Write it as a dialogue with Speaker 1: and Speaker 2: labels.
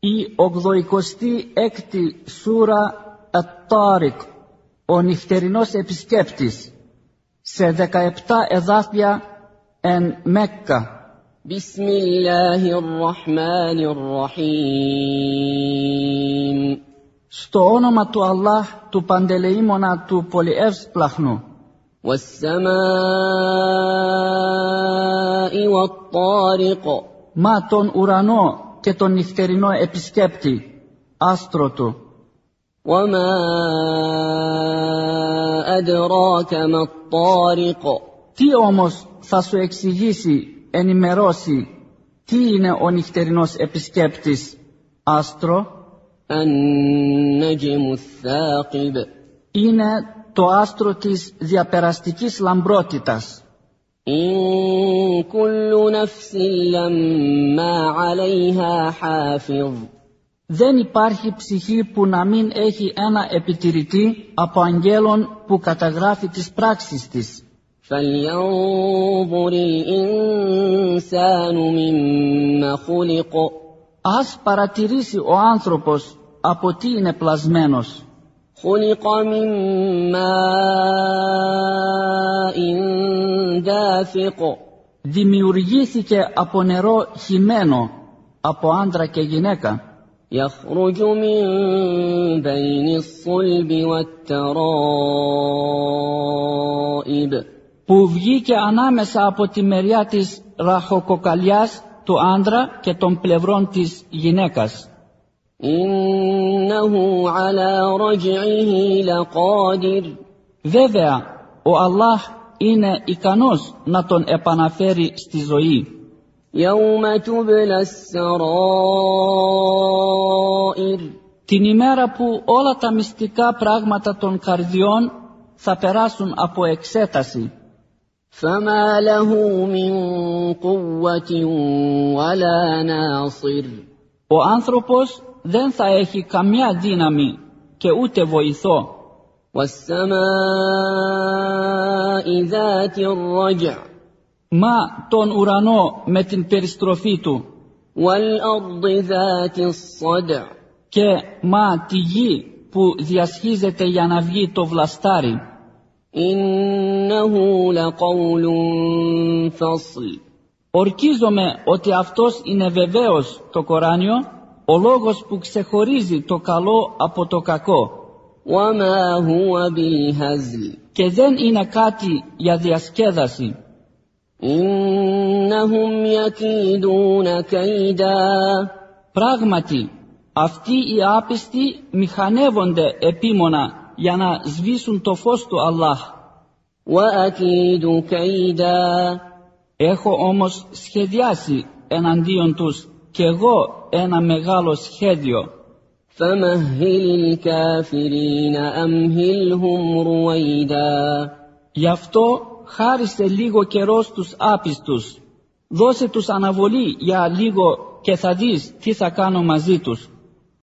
Speaker 1: Η 86η σούρα Αττάρικ, ο νυχτερινός επισκέπτης, σε 17 εδάφια εν Μέκκα.
Speaker 2: بسم الله الرحمن الرحيم
Speaker 1: Στο όνομα του Αλλάχ, του Παντελεήμωνα, του Πολυεύσπλαχνου
Speaker 2: والسماء والطارق
Speaker 1: μα τον ουρανό και τον νυχτερινό επισκέπτη, άστρο του.
Speaker 2: وما أدراك ما الطارق
Speaker 1: Τι όμως θα σου εξηγήσει, ενημερώσει, τι είναι ο νυχτερινός επισκέπτης, άστρο,
Speaker 2: النجم الثاقب
Speaker 1: είναι το άστρο της διαπεραστικής λαμπρότητας.
Speaker 2: إن كل نفس لما عليها حافظ
Speaker 1: Δεν υπάρχει ψυχή που να μην έχει ένα επιτηρητή από αγγέλων που καταγράφει τις πράξεις της.
Speaker 2: فلينظر الإنسان مما خلق
Speaker 1: Ας παρατηρήσει ο άνθρωπος από τι είναι πλασμένος.
Speaker 2: خلق من ماء دافق
Speaker 1: Δημιουργήθηκε από νερό χυμένο, από άντρα και γυναίκα.
Speaker 2: يخرج من بين الصلب والترائب
Speaker 1: Που βγήκε ανάμεσα από τη μεριά της ραχοκοκαλιάς του άντρα και των πλευρών της γυναίκας.
Speaker 2: إنه على رجعه لقادر
Speaker 1: Βέβαια, ο Αλλάχ είναι ικανός να τον επαναφέρει στη ζωή.
Speaker 2: يوم تبلى السرائر
Speaker 1: Την ημέρα που όλα τα μυστικά πράγματα των καρδιών θα περάσουν από εξέταση.
Speaker 2: فما له من قوة ولا ناصر
Speaker 1: Ο άνθρωπος δεν θα έχει καμιά δύναμη και ούτε βοηθό.
Speaker 2: والسماء ذات الرجع
Speaker 1: Μα τον ουρανό με την περιστροφή του
Speaker 2: والأرض ذات الصدع
Speaker 1: και μα τη γη που διασχίζεται για να βγει το βλαστάρι.
Speaker 2: إنه لقول فصل
Speaker 1: Ορκίζομαι ότι αυτός είναι βεβαίως το Κοράνιο, ο λόγος που ξεχωρίζει το καλό από το κακό
Speaker 2: وما هو بالهزل
Speaker 1: και δεν είναι κάτι για διασκέδαση.
Speaker 2: إنهم يكيدون كيداً
Speaker 1: Πράγματι, αυτοί οι άπιστοι μηχανεύονται επίμονα για να σβήσουν το φως του Αλλάχ.
Speaker 2: وأكيد كيدا
Speaker 1: Έχω όμως σχεδιάσει εναντίον τους και εγώ ένα μεγάλο σχέδιο.
Speaker 2: فمهل الكافرين أمهلهم رويدا
Speaker 1: Γι' αυτό χάρισε λίγο καιρός στους άπιστους. Δώσε τους αναβολή για λίγο και θα δεις τι θα κάνω μαζί τους.